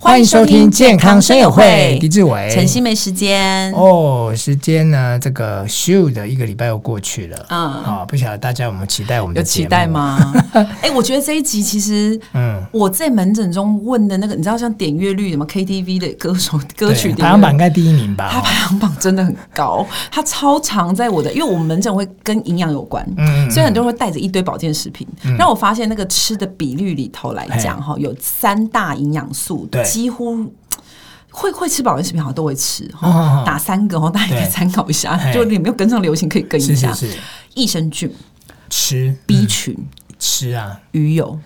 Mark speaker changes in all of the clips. Speaker 1: 欢迎收听健康生友会
Speaker 2: 狄志伟、
Speaker 1: 晨曦没时间，
Speaker 2: 哦，时间呢？这个 show 的一个礼拜又过去了，
Speaker 1: 嗯
Speaker 2: 啊、不晓得大家有没有期待我们
Speaker 1: 有
Speaker 2: 的节
Speaker 1: 期
Speaker 2: 目
Speaker 1: 待？吗？ 哎、我觉得这一集其 实，
Speaker 2: 嗯，
Speaker 1: 我在门诊中问的那个，你知道像点阅率什么 KTV 的歌手歌曲点
Speaker 2: 对排行
Speaker 1: 阅
Speaker 2: 榜应
Speaker 1: 率。
Speaker 2: 该第一名吧？
Speaker 1: 它排行榜真的很高，它超常在我的，因为我们门诊会跟营养有关，
Speaker 2: 嗯
Speaker 1: 所以很多人会带着一堆保健食品。那、我发现那个吃的比率里头来讲，哈，有三大营养素
Speaker 2: 对，
Speaker 1: 几乎会会吃保健食品好像都会吃，
Speaker 2: 哦哦
Speaker 1: 哈
Speaker 2: 哦，
Speaker 1: 打三个哦，大家也可以
Speaker 2: 对
Speaker 1: 参考一下，
Speaker 2: 嘿
Speaker 1: 就你有没有跟上流行可以跟一
Speaker 2: 是
Speaker 1: 下
Speaker 2: 是。嗯是，
Speaker 1: 益生菌、
Speaker 2: 吃
Speaker 1: B 群、
Speaker 2: 吃啊，
Speaker 1: 鱼油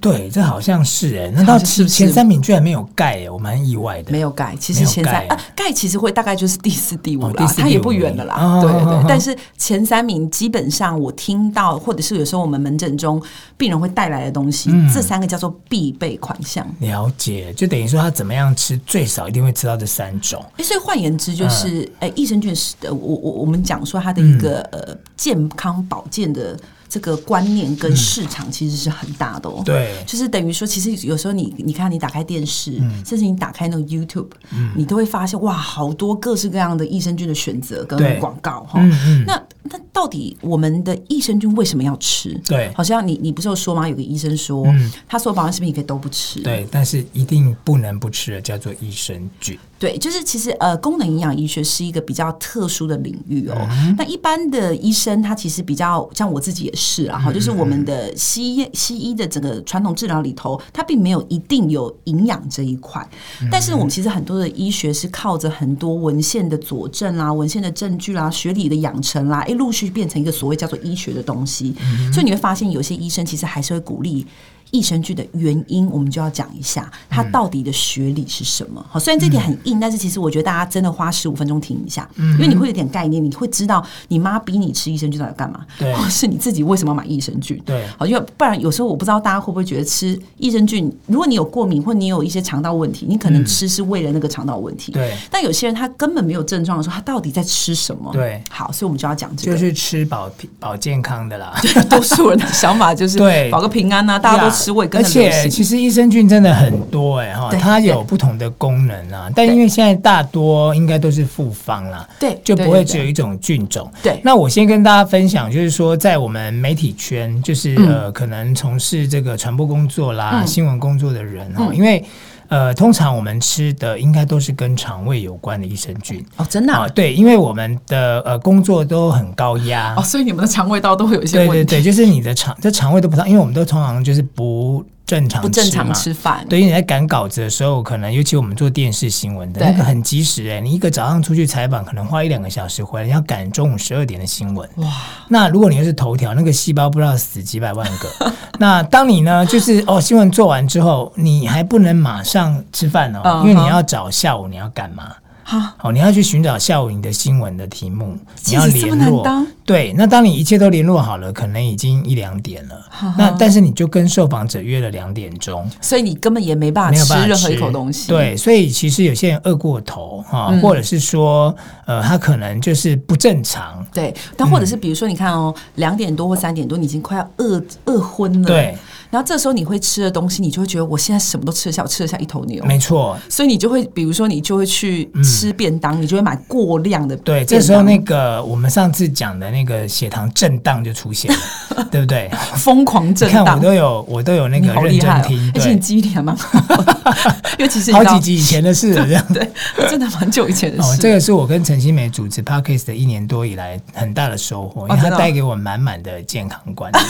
Speaker 2: 对，这好像是哎，难道
Speaker 1: 好像是
Speaker 2: 前
Speaker 1: 不是
Speaker 2: 前三名居然没有盖欸耶？我蛮意外的
Speaker 1: 没。有钙，其实
Speaker 2: 没有
Speaker 1: 前三
Speaker 2: 钙
Speaker 1: 啊钙其实会大概就是第四、第五
Speaker 2: 哦第
Speaker 1: 啦
Speaker 2: 四，
Speaker 1: 它
Speaker 2: 第
Speaker 1: 也
Speaker 2: 五
Speaker 1: 不远了
Speaker 2: 名
Speaker 1: 啦。
Speaker 2: 哦
Speaker 1: 对对
Speaker 2: 哦哦
Speaker 1: 对，但是前三名基本上我听到，或者是有时候我们门诊中病人会带来的东西，
Speaker 2: 嗯
Speaker 1: 这三个叫做必备款项。
Speaker 2: 了解，就等于说他怎么样吃，最少一定会吃到这三种。
Speaker 1: 诶所以换言之，就是
Speaker 2: 嗯
Speaker 1: 诶，益生菌是呃，我我我们讲说它的一个、呃健康保健的这个观念
Speaker 2: 嗯
Speaker 1: 跟市场其实是很大的哦。
Speaker 2: 对嗯
Speaker 1: 就是等于说，其实有时候你你看，你打开电视，甚至你打开那个 YouTube，、你都会发现哇，好多各式各样的益生菌的选择
Speaker 2: 对
Speaker 1: 跟广告哈。
Speaker 2: 嗯嗯，
Speaker 1: 那那到底我们的益生菌为什么要吃？
Speaker 2: 对嗯
Speaker 1: 好像你你不是有说吗？有个医生说，他所有保养食品可以都不吃。
Speaker 2: 对，但是一定不能不吃的叫做益生菌。
Speaker 1: 对，就是其实呃，功能营养医学是一个比较特殊的领域哦。那一般的医生他其实比较像我自己也是啊，哈、就是我们的西医西医的整个传统治疗里头，它并没有一定有营养这一块，但是我们其实很多的医学是靠着很多文献的佐证啦、文献的证据啦、学理的养成啦，哎，陆续变成一个所谓叫做医学的东西。所以你会发现，有些医生其实还是会鼓励。益生菌的原因，我们就要讲一下
Speaker 2: 嗯
Speaker 1: 它到底的学理是什么。好，虽然这点很硬，但是其实我觉得大家真的花十五分钟听一下，
Speaker 2: 嗯
Speaker 1: 因为你会有点概念，你会知道你妈逼你吃益生菌到底干嘛
Speaker 2: 对，
Speaker 1: 或是你自己为什么要买益生菌。
Speaker 2: 对
Speaker 1: 好，因为不然有时候我不知道大家会不会觉得吃益生菌，如果你有过敏或你有一些肠道问题，你可能吃是为了那个肠道问题。
Speaker 2: 嗯对
Speaker 1: 但有些人他根本没有症状的时候，他到底在吃什么？
Speaker 2: 对
Speaker 1: 好，所以我们就要讲这
Speaker 2: 就
Speaker 1: 个。
Speaker 2: 是吃保保健康 的啦。
Speaker 1: 多数人的想法就是
Speaker 2: 对
Speaker 1: 保个平安呐、啊大家都吃，我也跟
Speaker 2: 而
Speaker 1: 着流
Speaker 2: 且
Speaker 1: 行。
Speaker 2: 其实益生菌真的很多哎、哈，
Speaker 1: 对
Speaker 2: 它
Speaker 1: 对
Speaker 2: 有不同的功能啊，但因为现在大多应该都是复方啦，
Speaker 1: 对
Speaker 2: 就不
Speaker 1: 对
Speaker 2: 会
Speaker 1: 对
Speaker 2: 只有一种菌种。
Speaker 1: 对
Speaker 2: 那我先跟大家分享，就是说在我们媒体圈，就是、呃，可能从事这个传播工作啦、
Speaker 1: 嗯
Speaker 2: 新闻工作的人哈，
Speaker 1: 嗯
Speaker 2: 因为呃，通常我们吃的应该都是跟肠胃有关的益生菌。
Speaker 1: 哦，真的啊、
Speaker 2: 啊，对，因为我们的呃工作都很高压，
Speaker 1: 哦，所以你们的肠胃道都会有一些
Speaker 2: 对
Speaker 1: 问
Speaker 2: 对
Speaker 1: 题，
Speaker 2: 对，就是你的肠，这肠胃都不太，因为我们都通常就是不正常
Speaker 1: 不正
Speaker 2: 嘛
Speaker 1: 常吃饭，
Speaker 2: 对，因为你在赶稿子的时候，可能尤其我们做电视新闻的，
Speaker 1: 对
Speaker 2: 那个很及时哎、你一个早上出去采访，可能花一两个小时回来，你要赶中午十二点的新闻。
Speaker 1: 哇，
Speaker 2: 那如果你又是头条，那个细胞不知道死几百万个。 那当你呢，就是哦，新闻做完之后，你还不能马上吃饭哦，因为
Speaker 1: 嗯
Speaker 2: 你
Speaker 1: 哼
Speaker 2: 要找下午你要干嘛？
Speaker 1: 哈，
Speaker 2: 哦，你要去寻找下午你的新闻的题目，你
Speaker 1: 其
Speaker 2: 要
Speaker 1: 实这么
Speaker 2: 联
Speaker 1: 难
Speaker 2: 络
Speaker 1: 当。
Speaker 2: 对，那当你一切都联络好了，可能已经一两点了。那但是你就跟受访者约了两点钟，
Speaker 1: 所以你根本也没办
Speaker 2: 没
Speaker 1: 法
Speaker 2: 有办
Speaker 1: 啊吃
Speaker 2: 法
Speaker 1: 任何一口东西，嗯
Speaker 2: 对，所以其实有些人饿过头哈、或者是说呃，他可能就是不正常。
Speaker 1: 对，但或者是比如说，你看哦，两点多或三点多，你已经快要饿饿昏了，
Speaker 2: 对，
Speaker 1: 然后这时候你会吃的东西，你就会觉得我现在什么都吃得下，我吃得下一头牛，
Speaker 2: 没错，
Speaker 1: 所以你就会，比如说你就会去吃便当，你就会买过量的便当，
Speaker 2: 对，这时候那个我们上次讲的那个血糖震荡就出现 了，对不对？
Speaker 1: 疯狂
Speaker 2: 你
Speaker 1: 震
Speaker 2: 看
Speaker 1: 荡
Speaker 2: 我。都有，我都有那
Speaker 1: 你
Speaker 2: 个
Speaker 1: 好
Speaker 2: 认
Speaker 1: 厉害
Speaker 2: 真
Speaker 1: 哦
Speaker 2: 听，！
Speaker 1: 而且你
Speaker 2: 对，
Speaker 1: 记忆力还 蛮好的，因为其实你
Speaker 2: 好
Speaker 1: 知道
Speaker 2: 几，集以前 的事了，这样。
Speaker 1: 对，真的蛮久以前的
Speaker 2: 哦，
Speaker 1: 事。
Speaker 2: 这个是我跟陈新梅主持 podcast 的一年多以来很大的收获，因为
Speaker 1: 哦
Speaker 2: 它
Speaker 1: 真的哦
Speaker 2: 带给我满满的健康观念。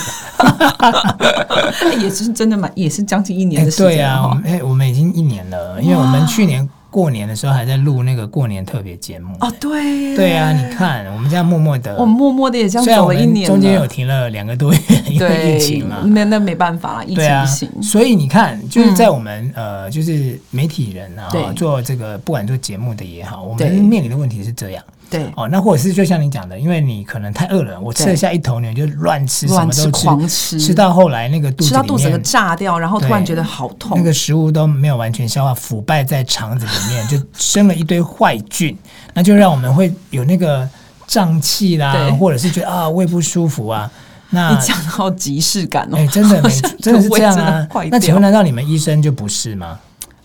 Speaker 1: 哎也是真的蛮，也是将近一年
Speaker 2: 哎
Speaker 1: 的时间
Speaker 2: 对啊，
Speaker 1: 了
Speaker 2: 我
Speaker 1: 哈
Speaker 2: 们哎、我们已经一年了，因为我们去年过年的时候还在录那个过年特别节目。
Speaker 1: 哦，对，
Speaker 2: 对啊，你看我们这样默默的
Speaker 1: 我，们默默的也这样
Speaker 2: 虽然
Speaker 1: 走
Speaker 2: 我
Speaker 1: 了一
Speaker 2: 们
Speaker 1: 年了，
Speaker 2: 中间有停了两个多月，因为
Speaker 1: 对
Speaker 2: 疫情嘛。
Speaker 1: 那那没办法啦，疫
Speaker 2: 对
Speaker 1: 情
Speaker 2: 啊
Speaker 1: 不行。，嗯
Speaker 2: 所以你看，就是在我们、呃，就是媒体人啊，
Speaker 1: 对
Speaker 2: 做这个不管做节目的也好，我
Speaker 1: 对
Speaker 2: 们面临的问题是这样。
Speaker 1: 对，
Speaker 2: 哦，那或者是就像你讲的，因为你可能太饿了，我吃了下一头牛你就乱吃，什
Speaker 1: 乱
Speaker 2: 么
Speaker 1: 吃
Speaker 2: 都
Speaker 1: 狂吃
Speaker 2: 吃到后来那个肚
Speaker 1: 吃
Speaker 2: 子
Speaker 1: 到
Speaker 2: 里
Speaker 1: 肚子
Speaker 2: 面
Speaker 1: 都炸掉，然后突然
Speaker 2: 对
Speaker 1: 觉得好痛。
Speaker 2: 那个食物都没有完全消化，腐败在肠子里面，就 生了一堆坏菌，那就让我们会有那个胀气啦
Speaker 1: 对，
Speaker 2: 或者是觉得啊胃不舒服啊。那
Speaker 1: 你讲到好即视感哦，
Speaker 2: 哎、真的
Speaker 1: 好
Speaker 2: 没
Speaker 1: 像，
Speaker 2: 真的是
Speaker 1: 胃
Speaker 2: 这样
Speaker 1: 真的
Speaker 2: 啊
Speaker 1: 坏。
Speaker 2: 那请问，
Speaker 1: 掉
Speaker 2: 难道你们医生就不是吗？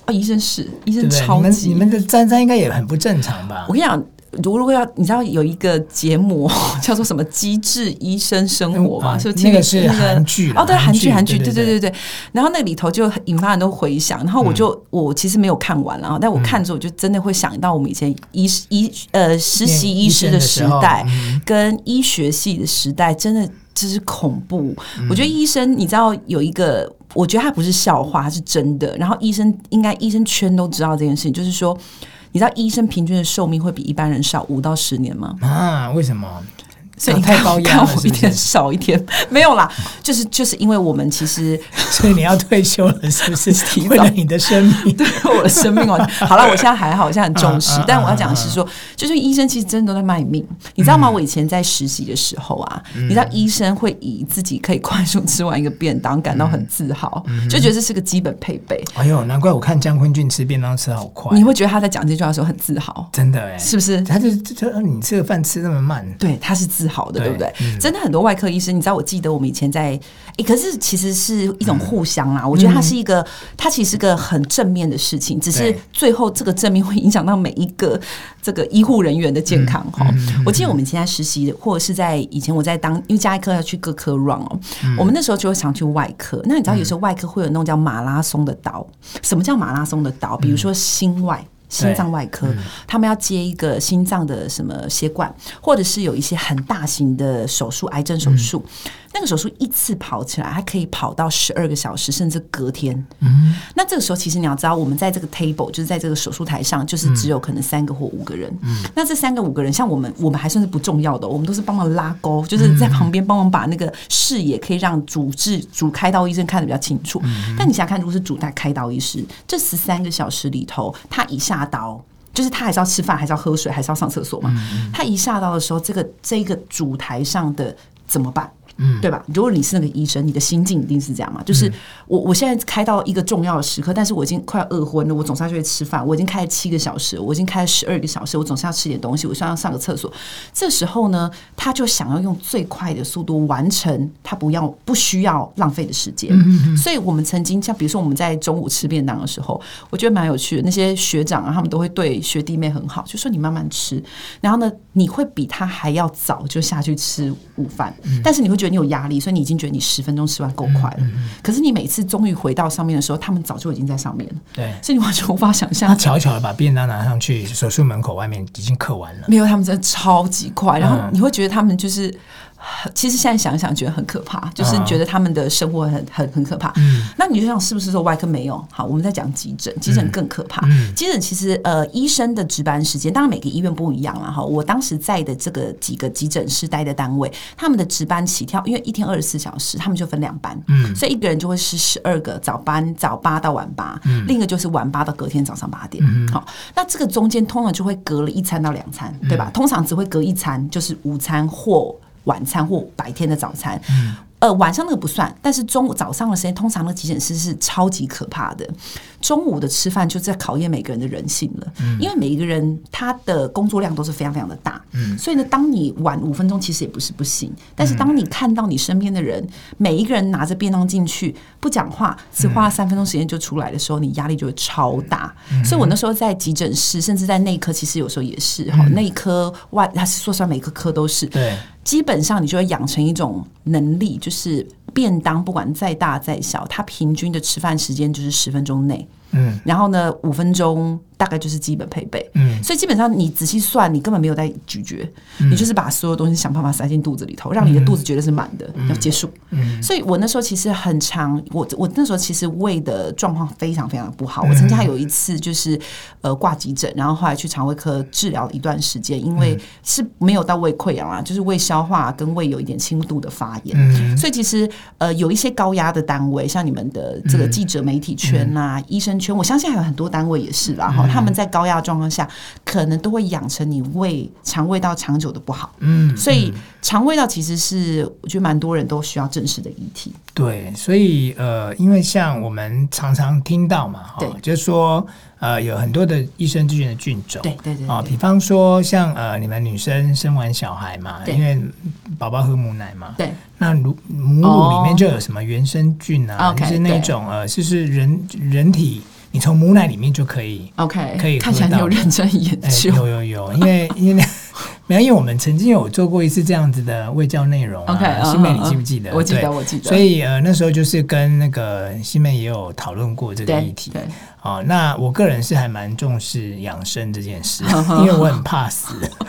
Speaker 1: 哦，医生是医
Speaker 2: 对
Speaker 1: 生
Speaker 2: 不对？
Speaker 1: 超
Speaker 2: 你们
Speaker 1: 级
Speaker 2: 你们的沾沾应该也很不正常吧
Speaker 1: 我？跟你讲，如果要你知道有一个节目 叫做什么《机智医生生活》
Speaker 2: 嗯啊
Speaker 1: 嘛，是不
Speaker 2: 那个
Speaker 1: 听
Speaker 2: 是
Speaker 1: 那
Speaker 2: 韩剧啦
Speaker 1: 哦，对，
Speaker 2: 韩
Speaker 1: 韩
Speaker 2: 剧
Speaker 1: 剧，韩剧，
Speaker 2: 对
Speaker 1: 对
Speaker 2: 对
Speaker 1: 对对对。然后那里头就引发很多回响，然后
Speaker 2: 嗯
Speaker 1: 我就我其实没有看完啦，但我看着我就真的会想到我们以前医医呃实习医师的时代
Speaker 2: 念医生的时候嗯，
Speaker 1: 跟医学系的时代，真的真是恐怖。
Speaker 2: 嗯
Speaker 1: 我觉得医生，你知道有一个。我觉得它不是笑话，它是真的。然后医生应该医生圈都知道这件事情，就是说，你知道医生平均的寿命会比一般人少五到十年吗？
Speaker 2: 啊，为什么？
Speaker 1: 所以
Speaker 2: 啊
Speaker 1: 你
Speaker 2: 太
Speaker 1: 看
Speaker 2: 高
Speaker 1: 我
Speaker 2: 压
Speaker 1: 看
Speaker 2: 了，
Speaker 1: 我
Speaker 2: 是
Speaker 1: 一
Speaker 2: 不
Speaker 1: 天
Speaker 2: 是？
Speaker 1: 少一天，没有啦，就是就是因为我们其实
Speaker 2: 所以你要退休了，是 不是？
Speaker 1: 提早
Speaker 2: 为了你的生命，
Speaker 1: 对我的生命完，好了，我现在还好，我现在很重视
Speaker 2: 嗯嗯。
Speaker 1: 但我要讲的是说，就是医生其实真的都在卖命，你知道
Speaker 2: 嗯
Speaker 1: 吗？我以前在实习的时候啊，你知道医生会以自己可以快速吃完一个便当感到很自豪，
Speaker 2: 嗯
Speaker 1: 就觉得这是个基本配备。
Speaker 2: 哎呦，难怪我看姜昆俊吃便当吃好快
Speaker 1: 你，会觉得他在讲这句话的时候很自豪，
Speaker 2: 真的哎，
Speaker 1: 是不是？
Speaker 2: 他就就就你这个饭吃那么慢，
Speaker 1: 对，他是自豪的，
Speaker 2: 对嗯
Speaker 1: 对不对？真的很多外科医生，你知道，我记得我们以前在，诶，可是其实是一
Speaker 2: 嗯
Speaker 1: 种互相啊啦。我觉得它是一个，它其实是个很正面的事情，只是
Speaker 2: 对
Speaker 1: 最后这个正面会影响到每一个这个医护人员的健康哈、我记得我们以前在实习，或者是在以前我在当，因为加一科要去各科 run 哦、我们那时候就会常去外科。那你知道，有时候外科会有那种叫马拉松的刀，什么叫马拉松的刀？比如说心外。心脏外科，他们要接一个心脏的什么血管，或者是有一些很大型的手术，癌症手术，那个手术一次跑起来，它可以跑到十二个小时，甚至隔天。嗯，那这个时候其实你要知道，我们在这个 table 就是在这个手术台上，就是只有可能三个或五个人。嗯，那这三个五个人，像我们，我们还算是不重要的，我们都是帮忙拉钩，就是在旁边帮忙把那个视野可以让主治主开刀医生看得比较清楚。但你想想看，如果是主带开刀医师，这十三个小时里头，他一下刀。就是他还是要吃饭，还是要喝水，还是要上厕所嘛。他一下刀的时候，这个这个主台上的怎么办？嗯，对吧？如果你是那个医生，你的心境一定是这样嘛？就是我我现在开到一个重要的时刻，但是我已经快要饿昏了，我总是要去吃饭。我已经开了七个小时，我已经开了十二个小时，我总是要吃点东西，我虽然要上个厕所。这时候呢，他就想要用最快的速度完成他不要不需要浪费的时间。所以我们曾经像比如说我们在中午吃便当的时候，我觉得蛮有趣的。那些学长啊，他们都会对学弟妹很好，就说你慢慢吃。然后呢，你会比他还要早就下去吃午饭，但是你会觉得你有压力，所以你已经觉得你十分钟吃完够快了。可是你每次终于回到上面的时候，他们早就已经在上面了，
Speaker 2: 对。
Speaker 1: 所以你完全无法想象
Speaker 2: 他巧巧的把便当拿上去，手术门口外面已经刻完了。
Speaker 1: 没有，他们真的超级快，然后你会觉得他们就是。其实现在想想觉得很可怕，就是觉得他们的生活很很很可怕。那你就想是不是说外科没有？好，我们在讲急诊，急诊更可怕。急诊其实呃，医生的值班时间，当然每个医院不一样了哈。我当时在的这个几个急诊室待的单位，他们的值班起跳，因为一天二十四小时，他们就分两班，所以一个人就会是十二个早班，早八到晚八，另一个就是晚八到隔天早上八点。好，那这个中间通常就会隔了一餐到两餐，对吧？通常只会隔一餐，就是午餐或晚餐或白天的早餐。呃，晚上那个不算，但是中午早上的时间，通常那急诊室是超级可怕的。中午的吃饭就在考验每个人的人性了，因为每一个人他的工作量都是非常非常的大，所以呢，当你晚五分钟其实也不是不行，但是当你看到你身边的人、每一个人拿着便当进去不讲话，只花了三分钟时间就出来的时候，你压力就会超大。所以我那时候在急诊室，甚至在内科，其实有时候也是哈，内科外，它是说实话，每个科都是，
Speaker 2: 对，
Speaker 1: 基本上你就会养成一种能力，就是便当不管再大再小，它平均的吃饭时间就是十分钟内。
Speaker 2: 嗯，
Speaker 1: 然后呢，五分钟大概就是基本配备。
Speaker 2: 嗯，
Speaker 1: 所以基本上你仔细算，你根本没有在咀嚼，你就是把所有东西想办法塞进肚子里头，让你的肚子觉得是满的，要结束。嗯，所以我那时候其实很长，我我那时候其实胃的状况非常非常不好。我曾经还有一次就是呃挂急诊，然后后来去肠胃科治疗一段时间，因为是没有到胃溃疡啊，就是胃消化跟胃有一点轻度的发炎。所以其实呃有一些高压的单位，像你们的这个记者媒体圈啦、医生圈，我相信还有很多单位也是啦哈、他们在高压的状况下，可能都会养成你胃肠胃道长久的不好。
Speaker 2: 嗯，
Speaker 1: 所以肠胃道其实是我觉得蛮多人都需要正视的议题。
Speaker 2: 对，所以呃，因为像我们常常听到嘛，哈、
Speaker 1: 对
Speaker 2: 就是说呃，有很多的益生菌的菌种，
Speaker 1: 对对对
Speaker 2: 啊、
Speaker 1: 对
Speaker 2: 比方说像呃，你们女生生完小孩嘛，
Speaker 1: 对
Speaker 2: 因为宝宝喝母奶嘛，
Speaker 1: 对
Speaker 2: 那乳母乳里面就有什么原生菌啊，
Speaker 1: 哦
Speaker 2: 就是
Speaker 1: OK，
Speaker 2: 那种呃，就是人人体。你从母奶里面就可以。
Speaker 1: OK，
Speaker 2: 可以
Speaker 1: 看起来
Speaker 2: 喝
Speaker 1: 你
Speaker 2: 到
Speaker 1: 有认真研
Speaker 2: 哎，
Speaker 1: 究。
Speaker 2: 有有有，因为因为没有，因为我们曾经有做过一次这样子的卫教内容、啊。
Speaker 1: OK，嗯
Speaker 2: 新妹
Speaker 1: 嗯
Speaker 2: 你记不记得？
Speaker 1: 嗯我记得
Speaker 2: 对
Speaker 1: 我记得
Speaker 2: 所以呃，那时候就是跟那个新妹也有讨论过这个
Speaker 1: 对
Speaker 2: 议题。
Speaker 1: 对，
Speaker 2: 哦，那我个人是还蛮重视养生这件事，
Speaker 1: 嗯
Speaker 2: 因 为我很怕死，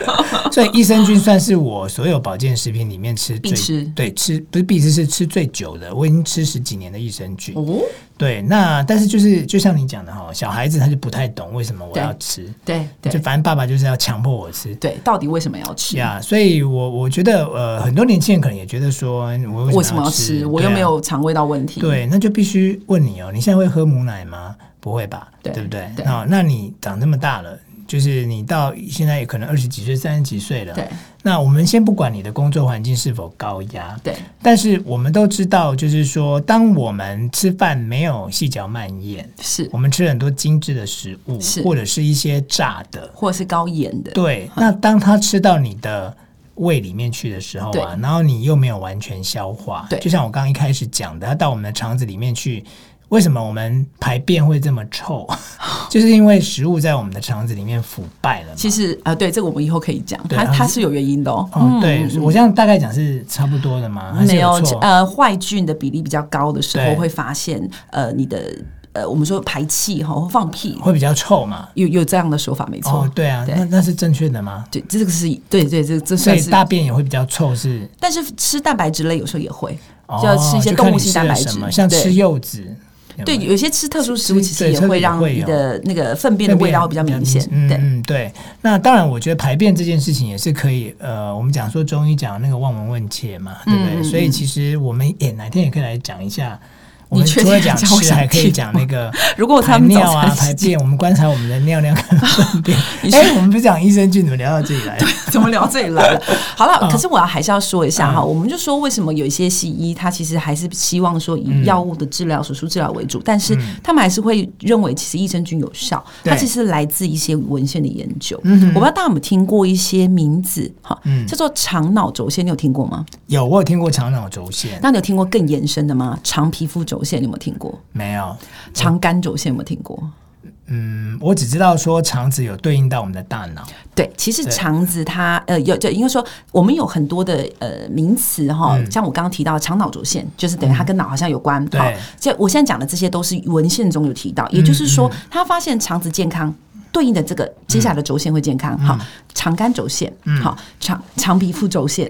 Speaker 2: 所以益生菌算是我所有保健食品里面吃最
Speaker 1: 必吃
Speaker 2: 对吃不是必吃是吃最久的，我已经吃十几年的益生菌。
Speaker 1: 哦，
Speaker 2: 对，那但是就是就像你讲的哈，小孩子他就不太懂为什么我
Speaker 1: 对
Speaker 2: 要吃，
Speaker 1: 对
Speaker 2: 就
Speaker 1: 对
Speaker 2: 反正爸爸就是要强迫我吃。
Speaker 1: 对，到底为什么要吃？
Speaker 2: 呀所以我我觉得呃，很多年轻人可能也觉得说，我
Speaker 1: 为
Speaker 2: 为
Speaker 1: 什
Speaker 2: 什
Speaker 1: 么
Speaker 2: 么
Speaker 1: 要
Speaker 2: 要
Speaker 1: 吃？
Speaker 2: 吃？
Speaker 1: 我
Speaker 2: 对
Speaker 1: 又
Speaker 2: 啊
Speaker 1: 没有肠胃道问题。
Speaker 2: 对，那就必须问你哦，你现在会喝母奶吗？不会吧，
Speaker 1: 对
Speaker 2: 不对？
Speaker 1: 对
Speaker 2: 哦，那你长这么大了，就是你到现在也可能二十几岁、三十几岁了。
Speaker 1: 对
Speaker 2: 那我们先不管你的工作环境是否高压，
Speaker 1: 对
Speaker 2: 但是我们都知道，就是说，当我们吃饭没有细嚼慢咽，
Speaker 1: 是
Speaker 2: 我，们吃很多精致的食物
Speaker 1: 是，
Speaker 2: 或者是一些炸的，
Speaker 1: 或者是高盐的。
Speaker 2: 对。那当它吃到你的胃里面去的时候
Speaker 1: 对
Speaker 2: 啊，然后你又没有完全消化，
Speaker 1: 对
Speaker 2: 就像我刚刚一开始讲的，它到我们的肠子里面去。为什么我们排便会这么 臭？就是因为食物在我们的肠子里面腐败了嘛。
Speaker 1: 其实啊、呃对这个我们以后可以讲，
Speaker 2: 对
Speaker 1: 它
Speaker 2: 它是
Speaker 1: 它是有原因的哦。
Speaker 2: 哦，对，我这样大概讲是差不多的嘛，还是啊
Speaker 1: 没有
Speaker 2: 错？
Speaker 1: 呃，坏菌的比例比较高的时候，
Speaker 2: 对
Speaker 1: 会发现呃你的呃我们说排气哈、或放屁，
Speaker 2: 会比较臭嘛？
Speaker 1: 有有这样的说法没错。
Speaker 2: 哦，对啊，
Speaker 1: 对
Speaker 2: 那那是正确的吗？
Speaker 1: 对，这个是对对，这这
Speaker 2: 所
Speaker 1: 算
Speaker 2: 以
Speaker 1: 是。
Speaker 2: 大便也会比较臭是，
Speaker 1: 但是吃蛋白质类有时候也会，
Speaker 2: 哦
Speaker 1: 就要吃一些
Speaker 2: 就看
Speaker 1: 动物
Speaker 2: 你
Speaker 1: 性
Speaker 2: 吃了
Speaker 1: 蛋白
Speaker 2: 什
Speaker 1: 质
Speaker 2: 么，像
Speaker 1: 对
Speaker 2: 吃柚子，有
Speaker 1: 对，
Speaker 2: 没有
Speaker 1: 有些吃特殊食物
Speaker 2: 吃
Speaker 1: 其实
Speaker 2: 对
Speaker 1: 也
Speaker 2: 特
Speaker 1: 会
Speaker 2: 别
Speaker 1: 让
Speaker 2: 会哦
Speaker 1: 你
Speaker 2: 有
Speaker 1: 的那个粪便的味道比较明显。
Speaker 2: 嗯
Speaker 1: 对，
Speaker 2: 嗯，对。那当然，我觉得排便这件事情也是可以，呃，我们讲说中医讲那个望闻问切嘛，对不对？
Speaker 1: 嗯嗯
Speaker 2: 所以其实我们也哪天也可以来讲一下。我
Speaker 1: 你
Speaker 2: 们
Speaker 1: 确
Speaker 2: 除了
Speaker 1: 定
Speaker 2: 讲
Speaker 1: 讲我
Speaker 2: 吃，
Speaker 1: 想
Speaker 2: 还可以
Speaker 1: 听
Speaker 2: 讲 那个
Speaker 1: 如果他
Speaker 2: 排
Speaker 1: 们早
Speaker 2: 尿啊、
Speaker 1: 餐
Speaker 2: 排便，我们观察我们的尿量跟粪便
Speaker 1: 你。
Speaker 2: 哎，我们不是讲益生菌，怎么聊到这里来了？
Speaker 1: 怎么聊这里来了？好
Speaker 2: 嗯
Speaker 1: 了，可是我还是要说一下哈，我们就说为什么有一些西医他其实还是希望说
Speaker 2: 嗯
Speaker 1: 以药物的治疗、手术治疗为主，但是他们还是会认为其实益生菌有效，
Speaker 2: 对嗯
Speaker 1: 它其实来自一些文献的研究。我不知道大家有没有听过一些名字哈，叫做肠脑轴线，你有听过吗？
Speaker 2: 有，我有听过肠脑轴线，
Speaker 1: 那你有听过更延伸的吗？肠皮肤轴线你有没有听过？
Speaker 2: 没有。
Speaker 1: 肠肝轴线有没有听过？
Speaker 2: 嗯，我只知道说肠子有对应到我们的大脑。
Speaker 1: 对，其实
Speaker 2: 对
Speaker 1: 肠子它呃有，就应该说我们有很多的呃名词哈，像我刚刚提到肠脑轴线，就是等于它跟脑好像有关。
Speaker 2: 嗯对
Speaker 1: 好这我现在讲的这些都是文献中有提到，也就是
Speaker 2: 嗯
Speaker 1: 说，他发现肠子健康。对应的这个接下来的轴线会健
Speaker 2: 嗯
Speaker 1: 康，好，肠肝轴线，好，肠肠皮肤轴线，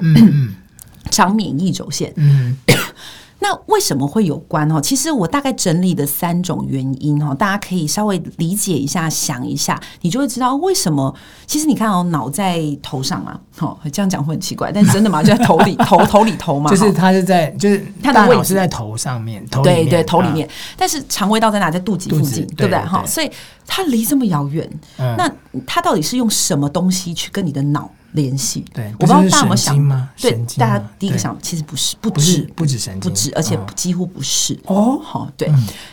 Speaker 1: 肠免疫轴线，
Speaker 2: 嗯，
Speaker 1: 那为什么会有关哦？其实我大概整理的三种原因哦，大家可以稍微理解一下、想一下，你就会知道为什么。其实你看哦，脑在头上嘛，哦，这样讲会很奇怪，但是真 的嘛，就在头里头头里头嘛，
Speaker 2: 就是
Speaker 1: 哦
Speaker 2: 它是在，就是
Speaker 1: 它的
Speaker 2: 大
Speaker 1: 位
Speaker 2: 脑
Speaker 1: 置
Speaker 2: 是在头上面，头里
Speaker 1: 对
Speaker 2: 面
Speaker 1: 对头里
Speaker 2: 啊
Speaker 1: 面。但是肠胃道在哪？在肚脐附
Speaker 2: 肚子
Speaker 1: 近，对
Speaker 2: 对
Speaker 1: 不对？哈，
Speaker 2: 对
Speaker 1: 所以它离这么遥远，
Speaker 2: 嗯
Speaker 1: 那它到底是用什么东西去跟你的脑联系？
Speaker 2: 对
Speaker 1: 我不知道
Speaker 2: 不是
Speaker 1: 大家有没有
Speaker 2: 神
Speaker 1: 想
Speaker 2: 经吗
Speaker 1: 对
Speaker 2: 神，经
Speaker 1: 大家
Speaker 2: 吗
Speaker 1: 第一个
Speaker 2: 对
Speaker 1: 想，其实不是，不
Speaker 2: 不是
Speaker 1: 止，
Speaker 2: 不止神
Speaker 1: 不
Speaker 2: 经，
Speaker 1: 止，而且
Speaker 2: 嗯
Speaker 1: 几乎不是。
Speaker 2: 哦
Speaker 1: 好、对，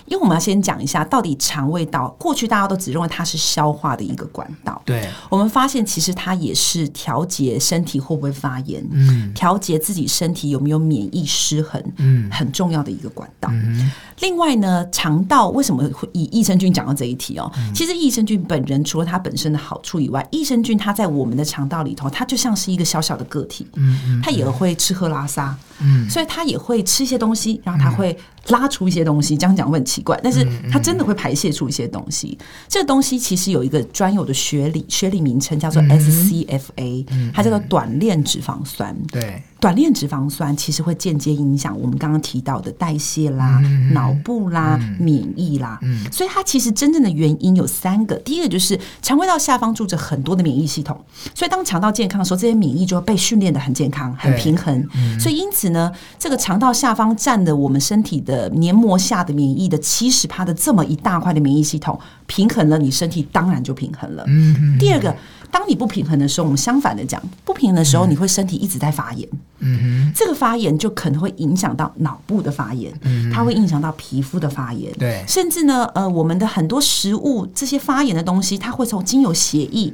Speaker 1: 因为我们要先讲一下，到底肠胃道过去大家都只认为它是消化的一个管道，
Speaker 2: 对，
Speaker 1: 我们发现其实它也是调节身体会不会发炎，
Speaker 2: 嗯
Speaker 1: 调节自己身体有没有免疫失衡，
Speaker 2: 嗯
Speaker 1: 很重要的一个管道。
Speaker 2: 嗯
Speaker 1: 另外呢，肠道为什么会以益生菌讲到这一题哦？
Speaker 2: 嗯
Speaker 1: 其实益生菌本人除了它本身的好处以外，益生菌它在我们的肠道里头，它就像是一个小小的个体，
Speaker 2: 嗯嗯
Speaker 1: 它也会吃喝拉撒，
Speaker 2: 嗯
Speaker 1: 所以它也会吃一些东西，然后它会拉出一些东西。这样讲会很奇怪，但是
Speaker 2: 嗯
Speaker 1: 它真的会排泄出一些东西。这个东西其实有一个专有的学理，学理名称叫
Speaker 2: 嗯
Speaker 1: 做 SCFA，、它叫做短链脂肪酸。
Speaker 2: 对，
Speaker 1: 短链脂肪酸其实会间接影响我们刚刚提到的代谢
Speaker 2: 嗯
Speaker 1: 啦、脑部啦、免疫啦，所以它其实真正的原因有三个。第一个就是肠胃道下方住着很多的免疫系统，所以当肠道健康的时候，这些免疫就会被训练的很健康、很
Speaker 2: 对
Speaker 1: 平衡。
Speaker 2: 嗯
Speaker 1: 所以因此呢，这个肠道下方占的我们身体的黏膜下的免疫的七十趴的这么一大块的免疫系统，平衡了，你身体当然就平衡了。
Speaker 2: 嗯
Speaker 1: 第二个，当你不平衡的时候，我们相反的讲，不平衡的时候，你会身体一直在发炎，
Speaker 2: 嗯
Speaker 1: 这个发炎就可能会影响到脑部的发炎，它会影响到皮肤的发炎，
Speaker 2: 嗯对
Speaker 1: 甚至呢，呃，我们的很多食物这些发炎的东西，它会从经由血液。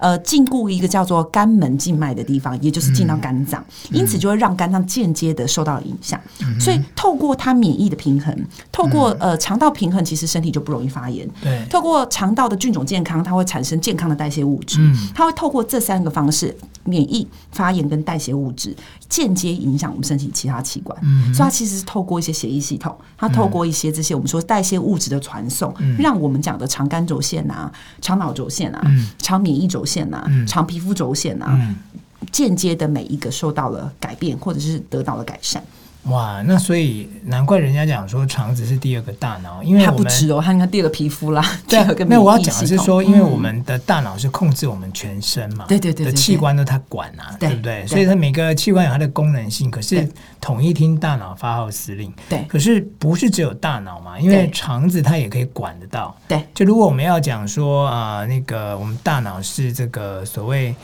Speaker 1: 呃禁锢一个叫做肝门静脉的地方，也就是进到肝脏，
Speaker 2: 嗯
Speaker 1: 因此就会让肝脏间接的受到影响。所以透过它免疫的平衡，透过
Speaker 2: 嗯
Speaker 1: 呃肠道平衡，其实身体就不容易发炎。
Speaker 2: 对，
Speaker 1: 透过肠道的菌种健康，它会产生健康的代谢物质。
Speaker 2: 嗯
Speaker 1: 它会透过这三个方式，免疫、发炎跟代谢物质，间接影响我们身体其他器官。
Speaker 2: 嗯
Speaker 1: 所以它其实是透过一些血液系统，它透过一些这些我们说代谢物质的传送，
Speaker 2: 嗯
Speaker 1: 让我们讲的肠肝轴线啊、肠脑轴线啊、肠免疫轴线啊、肠皮肤轴线啊，
Speaker 2: 嗯，
Speaker 1: 间接的每一个受到了改变，或者是得到了改善。
Speaker 2: 哇，那所以难怪人家讲说肠子是第二个大脑，因为
Speaker 1: 它
Speaker 2: 我
Speaker 1: 不
Speaker 2: 们
Speaker 1: 止哦，它你看第二个皮肤啦，第
Speaker 2: 对啊
Speaker 1: 二个，
Speaker 2: 那我要
Speaker 1: 免疫
Speaker 2: 讲
Speaker 1: 系
Speaker 2: 的是
Speaker 1: 统
Speaker 2: 说，因为
Speaker 1: 嗯
Speaker 2: 我们的大脑是控制我们全身嘛，
Speaker 1: 对对对对
Speaker 2: 的器官都它管啊，
Speaker 1: 对
Speaker 2: 对不对？
Speaker 1: 对
Speaker 2: 所以它每个器官有它的功能性，可是
Speaker 1: 对
Speaker 2: 统一听大脑发号施令，
Speaker 1: 对
Speaker 2: 可是不是只有大脑嘛？因为
Speaker 1: 对
Speaker 2: 肠子它也可以管得到。
Speaker 1: 对
Speaker 2: 就如果我们要讲说啊、呃那个我们大脑是这个所谓。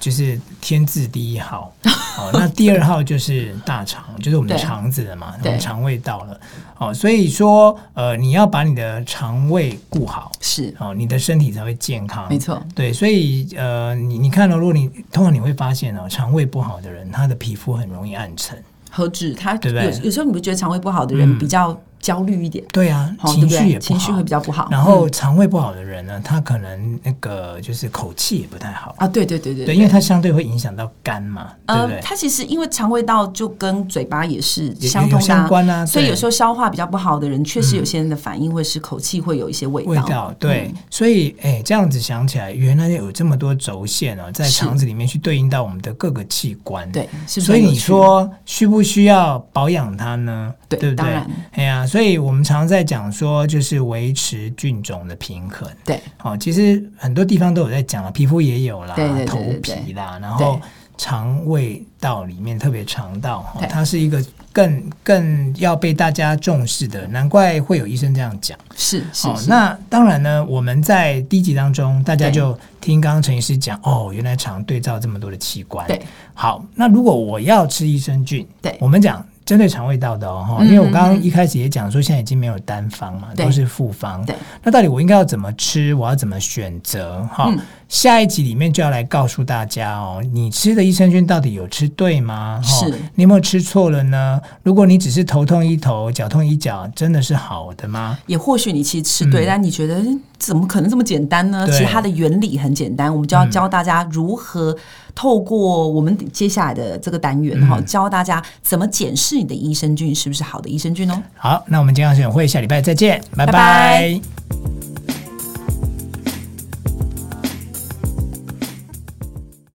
Speaker 2: 就是天字第一 号，哦，那第二号就是大肠，就是我们的
Speaker 1: 对
Speaker 2: 肠子了嘛，我
Speaker 1: 对
Speaker 2: 们肠胃道了，哦，所以说，呃，你要把你的肠胃顾好，
Speaker 1: 是
Speaker 2: 哦，你的身体才会健康。
Speaker 1: 没错。
Speaker 2: 对，所以呃，你你看到、如果你通常你会发现哦，肠胃不好的人，他的皮肤很容易暗沉。
Speaker 1: 何止他
Speaker 2: 对不对
Speaker 1: 有有时候你不觉得肠胃不好的人比较焦虑一点，
Speaker 2: 对啊，
Speaker 1: 好哦对
Speaker 2: 情
Speaker 1: 不
Speaker 2: 绪
Speaker 1: 对？
Speaker 2: 也不
Speaker 1: 情绪
Speaker 2: 好
Speaker 1: 会。比较不好。嗯
Speaker 2: 然后肠胃不好的人呢，他可能那个就是口气也不太好，
Speaker 1: 啊，对对对对
Speaker 2: 对，因为他相对会影响到肝嘛，对不
Speaker 1: 呃，
Speaker 2: 对？
Speaker 1: 它其实因为肠胃道就跟嘴巴也是
Speaker 2: 也
Speaker 1: 相
Speaker 2: 有
Speaker 1: 通的、
Speaker 2: 相关啊，
Speaker 1: 所以
Speaker 2: 对
Speaker 1: 有时候消化比较不好的人，确实有些人的反应会是口气会有一些味道。嗯
Speaker 2: 嗯味道对，所以哎、这样子想起来，原来有这么多轴线哦，在
Speaker 1: 是
Speaker 2: 肠子里面去对应到我们的各个器官。
Speaker 1: 嗯对，是不是
Speaker 2: 所
Speaker 1: 很
Speaker 2: 以
Speaker 1: 有
Speaker 2: 你
Speaker 1: 趣
Speaker 2: 说需不需要保养它呢？
Speaker 1: 对
Speaker 2: 对不
Speaker 1: 当
Speaker 2: 对
Speaker 1: 然？
Speaker 2: 哎呀，所以我们常在讲说，就是维持菌种的平衡。
Speaker 1: 对
Speaker 2: 哦，其实很多地方都有在讲了，啊皮肤也有啦，
Speaker 1: 对对对
Speaker 2: 头
Speaker 1: 对对
Speaker 2: 皮啦，然后肠胃道里面，特别肠道、哦
Speaker 1: 对，
Speaker 2: 它是一个更更要被大家重视的，难怪会有医生这样讲。
Speaker 1: 是是
Speaker 2: 哦，
Speaker 1: 是
Speaker 2: 那当然呢，我们在第一集当中，大家
Speaker 1: 对
Speaker 2: 就听刚刚陈医师讲，哦，原来肠对照这么多的器官。
Speaker 1: 对，
Speaker 2: 好，那如果我要吃益生菌，
Speaker 1: 对
Speaker 2: 我们讲针对肠胃道的哦，哈
Speaker 1: 嗯
Speaker 2: 因为我刚刚一开始也讲说，现在已经没有单方嘛，
Speaker 1: 对
Speaker 2: 都是复方。
Speaker 1: 对，
Speaker 2: 那到底我应该要怎么吃？我要怎么选择？哈、
Speaker 1: 嗯
Speaker 2: 下一集里面就要来告诉大家哦，你吃的益生菌到底有吃对吗？哈
Speaker 1: 是
Speaker 2: 你有没有吃错了呢？如果你只是头痛医头，脚痛医脚，真的是好的吗？
Speaker 1: 也或许你其实吃对，但你觉得嗯怎么可能这么简单呢？
Speaker 2: 对
Speaker 1: 其实它的原理很简单，我们就要教大家如何透过我们接下来的这个单元哈、教大家怎么检视你的益生菌是不是好的益生菌哦。
Speaker 2: 好，那我们健康选会下礼拜再见，拜
Speaker 1: 拜
Speaker 2: 拜。
Speaker 1: 拜